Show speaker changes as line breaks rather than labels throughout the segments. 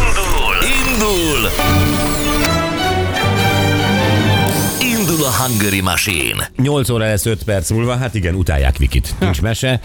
Indul! Indul! Indul a Hungary Machine!
8 óra lesz 5 perc múlva, hát igen, utálják Vikit. Nincs mese.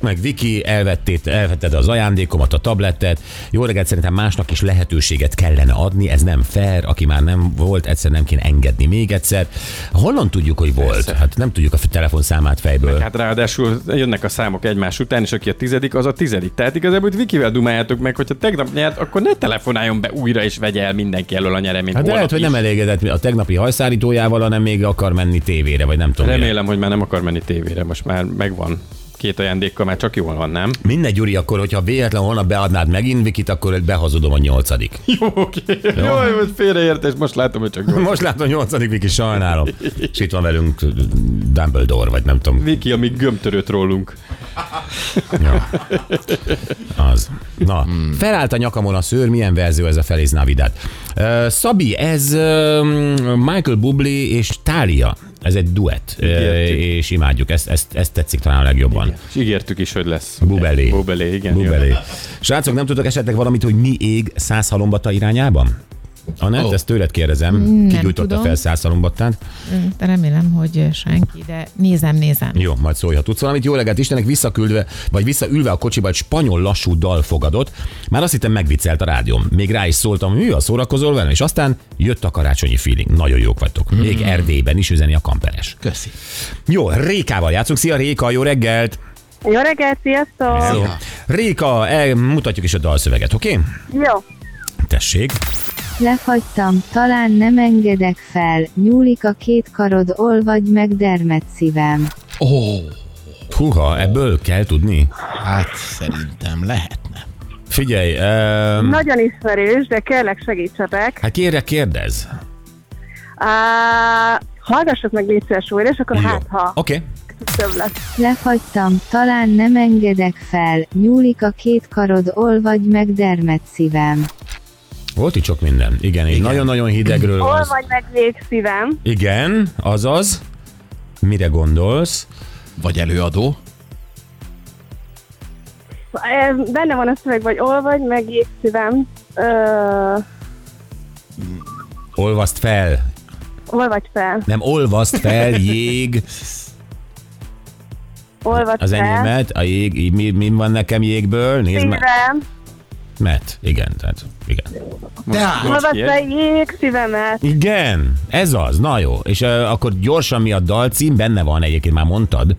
Meg Viki, elvettét, elvetted az ajándékomat, a tabletet. Jó reggelt, szerintem másnak is lehetőséget kellene adni, ez nem fair, aki már nem volt, egyszer nem kéne engedni még egyszer. Honnan tudjuk, hogy volt?
Persze.
Hát nem tudjuk a telefonszámát fejből.
Hát ráadásul jönnek a számok egymás után, és aki a tizedik, az a tizedik. Tehát igazából itt Vikivel dumáljátok meg, hogyha tegnap nyert, akkor ne telefonáljon be újra, és vegye el mindenki elől a nyereményt.
Hát de lehet,
holnap
hogy nem
is.
elégedett a tegnapi hajszárítójával, hanem még akar menni tévére, vagy nem tudom. mire.
Remélem, hogy már nem akar menni tévére, most már megvan két ajándékkal, már csak jól van, nem?
Mindegy, Gyuri, akkor, hogyha véletlen holnap beadnád megint Vikit, akkor behazudom a nyolcadik.
Jó, oké. Jó, Jaj, most félreértés, most látom, hogy csak jól.
Most látom, nyolcadik Viki, sajnálom. És itt van velünk Dumbledore, vagy nem tudom,
Viki, amíg gömtörőt rólunk.
az. Na, felállt a nyakamon a szőr, milyen verzió ez a Feliz Navidad? Uh, Szabi, ez uh, Michael Bublé és Tália. Ez egy duett, uh,
Ígértük.
és imádjuk, ezt, ezt, ezt tetszik talán a legjobban. Igen.
És ígértük is, hogy lesz.
Bubelé.
Bubelé, igen.
Bubelé.
jön.
Srácok, nem tudok esetleg valamit, hogy mi ég száz halombata irányában? Anett, oh. ezt tőled kérdezem. Kigyújtotta
tudom.
fel száz halombattát.
Mm. De Remélem, hogy senki, de nézem, nézem.
Jó, majd szólj, ha tudsz valamit. Jó reggelt Istennek visszaküldve, vagy visszaülve a kocsiba egy spanyol lassú dal fogadott. Már azt hittem megviccelt a rádióm. Még rá is szóltam, hogy a szórakozol velem, és aztán jött a karácsonyi feeling. Nagyon jók vagytok. Még Erdélyben is üzeni a kamperes.
Mm. Köszi.
Jó, Rékával játszunk. Szia Réka, jó reggelt!
Jó reggelt, sziasztok!
Hello. Réka, el- mutatjuk is a dalszöveget, oké? Okay?
Jó.
Tessék.
Lefagytam, talán nem engedek fel, nyúlik a két karod, olvadj meg dermed szívem.
Ó, oh,
Húha, ebből kell tudni.
hát szerintem lehetne.
Figyelj, um,
Nagyon ismerős, de kérlek segítsetek.
hát kérlek, kérdez.
Á, hallgassuk meg légy szíves újra, és akkor
Jó.
hát ha
Oké. Okay.
több lesz.
Lefagytam, talán nem engedek fel, nyúlik a két karod, olvadj meg dermed szívem.
Volt itt sok minden. Igen, Igen. nagyon-nagyon hidegről van
Hol
szó.
vagy meg még szívem?
Igen, azaz. Mire gondolsz?
Vagy előadó.
Ez Benne van a szöveg, vagy ol vagy meg jég szívem. Ö,
Olvasd fel.
hol vagy fel?
Nem, olvasd fel, jég,
Olvad
az
fel.
enyémet, a jég, így mi, mi van nekem jégből? Nézd meg.
Szívem.
Met. Igen, tehát, igen.
Tehát,
Olvad
Ilyen?
fel jég szívemet.
Igen, ez az, na jó. És uh, akkor gyorsan mi a dalcím, benne van egyébként, már mondtad.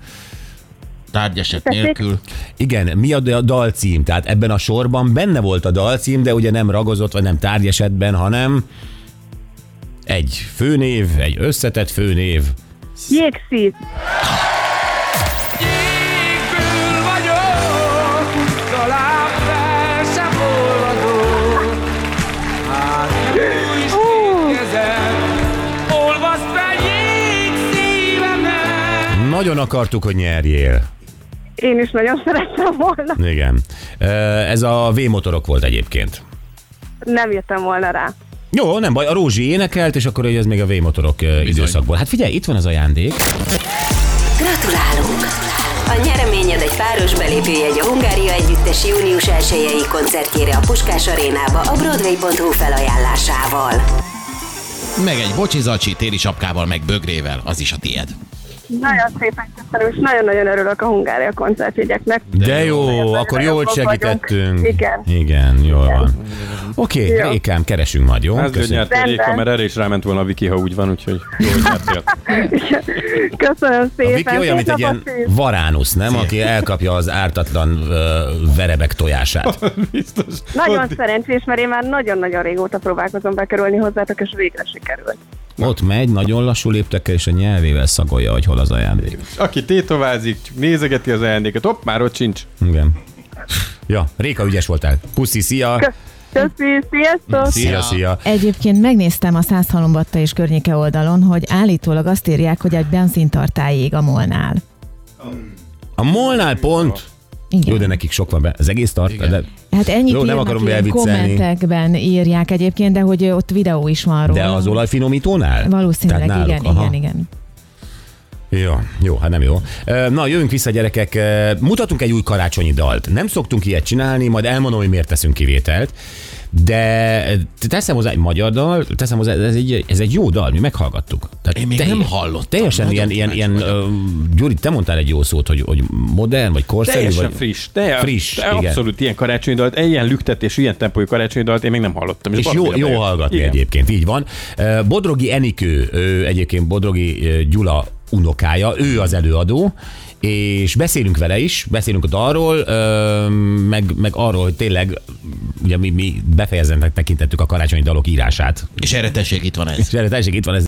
tárgyeset
Tessék?
nélkül.
Igen, mi a d- a dalcím? Tehát ebben a sorban benne volt a dalcím, de ugye nem ragozott, vagy nem tárgyesetben, hanem egy főnév, egy összetett főnév.
Jégszív.
Nagyon akartuk, hogy nyerjél.
Én is nagyon szerettem volna.
Igen. Ö, Ez a V-motorok volt egyébként.
Nem jöttem volna rá.
Jó, nem baj, a Rózsi énekelt, és akkor hogy ez még a V-motorok ö, időszakból. Hát figyelj, itt van az ajándék.
Gratulálunk! A nyereményed egy páros belépőjegy a Hungária Együttes június 1 koncertjére a Puskás Arénába a Broadway.hu felajánlásával.
Meg egy bocsizacsi téli sapkával, meg bögrével, az is a tied.
Nagyon szépen köszönöm, és nagyon-nagyon örülök a Hungária koncertjegyeknek.
De jó,
Nagyon
akkor jó, hogy
boldogok vagyunk.
segítettünk.
Igen.
Igen, jól van. Oké,
Jó.
Rékám, keresünk majd, jó?
Hát, hogy
Köszönjük.
nyertél Réka,
Rendben.
mert erre is ráment volna a Viki, ha úgy van, úgyhogy jó, hogy nyertél.
Köszönöm
A
szépen.
Viki olyan, mint egy ilyen varánusz, nem? Aki elkapja az ártatlan ö, verebek tojását.
Biztos.
Nagyon szerencsés, mert én már nagyon-nagyon régóta próbálkozom bekerülni hozzátok, és végre sikerült.
Ott megy, nagyon lassú léptekkel, és a nyelvével szagolja, hogy hol az ajándék.
Aki tétovázik, csak nézegeti az ajándéket, hopp, már ott sincs.
Igen. Ja, Réka, ügyes voltál. Puszi, szia!
Köszi, sziasztok!
Szia, szia!
Egyébként megnéztem a Száz Halombatta és környéke oldalon, hogy állítólag azt írják, hogy egy benzintartály ég a molnál.
A molnál pont... Jó, de
Igen.
nekik sok van be. Az egész tart.
Igen.
De,
Hát ennyit
Jó, nem
írnak,
akarom
ilyen
elviccelni.
kommentekben írják egyébként, de hogy ott videó is van róla.
de az olajfinomítónál?
Valószínűleg,
Tehát náluk,
igen,
aha.
igen, igen.
Jó, jó, hát nem jó. Ö, Na, jövünk vissza, gyerekek. Ö, Mutatunk egy új karácsonyi dalt. Nem szoktunk ilyet csinálni, majd elmondom, hogy miért teszünk kivételt. De teszem hozzá egy magyar dal, teszem hozzá, ez egy, ez egy jó dal, mi meghallgattuk. Tehát
Én még nem hallottam.
Teljesen
Nagyon
ilyen, ilyen,
kíváncsi
ilyen ö, Gyuri, te mondtál egy jó szót, hogy, hogy modern, vagy korszerű,
Teljesen
vagy...
friss. Te,
Friss,
te
igen.
Abszolút ilyen karácsonyi dalt, ilyen lüktetés, ilyen tempójú karácsonyi dalt én még nem hallottam.
És jó,
baromira
jó
bejött.
hallgatni
Igen.
igen. egyébként, így van. Ö, Bodrogi Enikő, ő egyébként Bodrogi ö, Gyula unokája, ő az előadó, és beszélünk vele is, beszélünk a dalról, ö, meg, meg arról, hogy tényleg ugye mi, mi befejezetnek tekintettük a karácsonyi dalok írását.
És erre tessék, itt van ez.
És erre teljesen itt van ez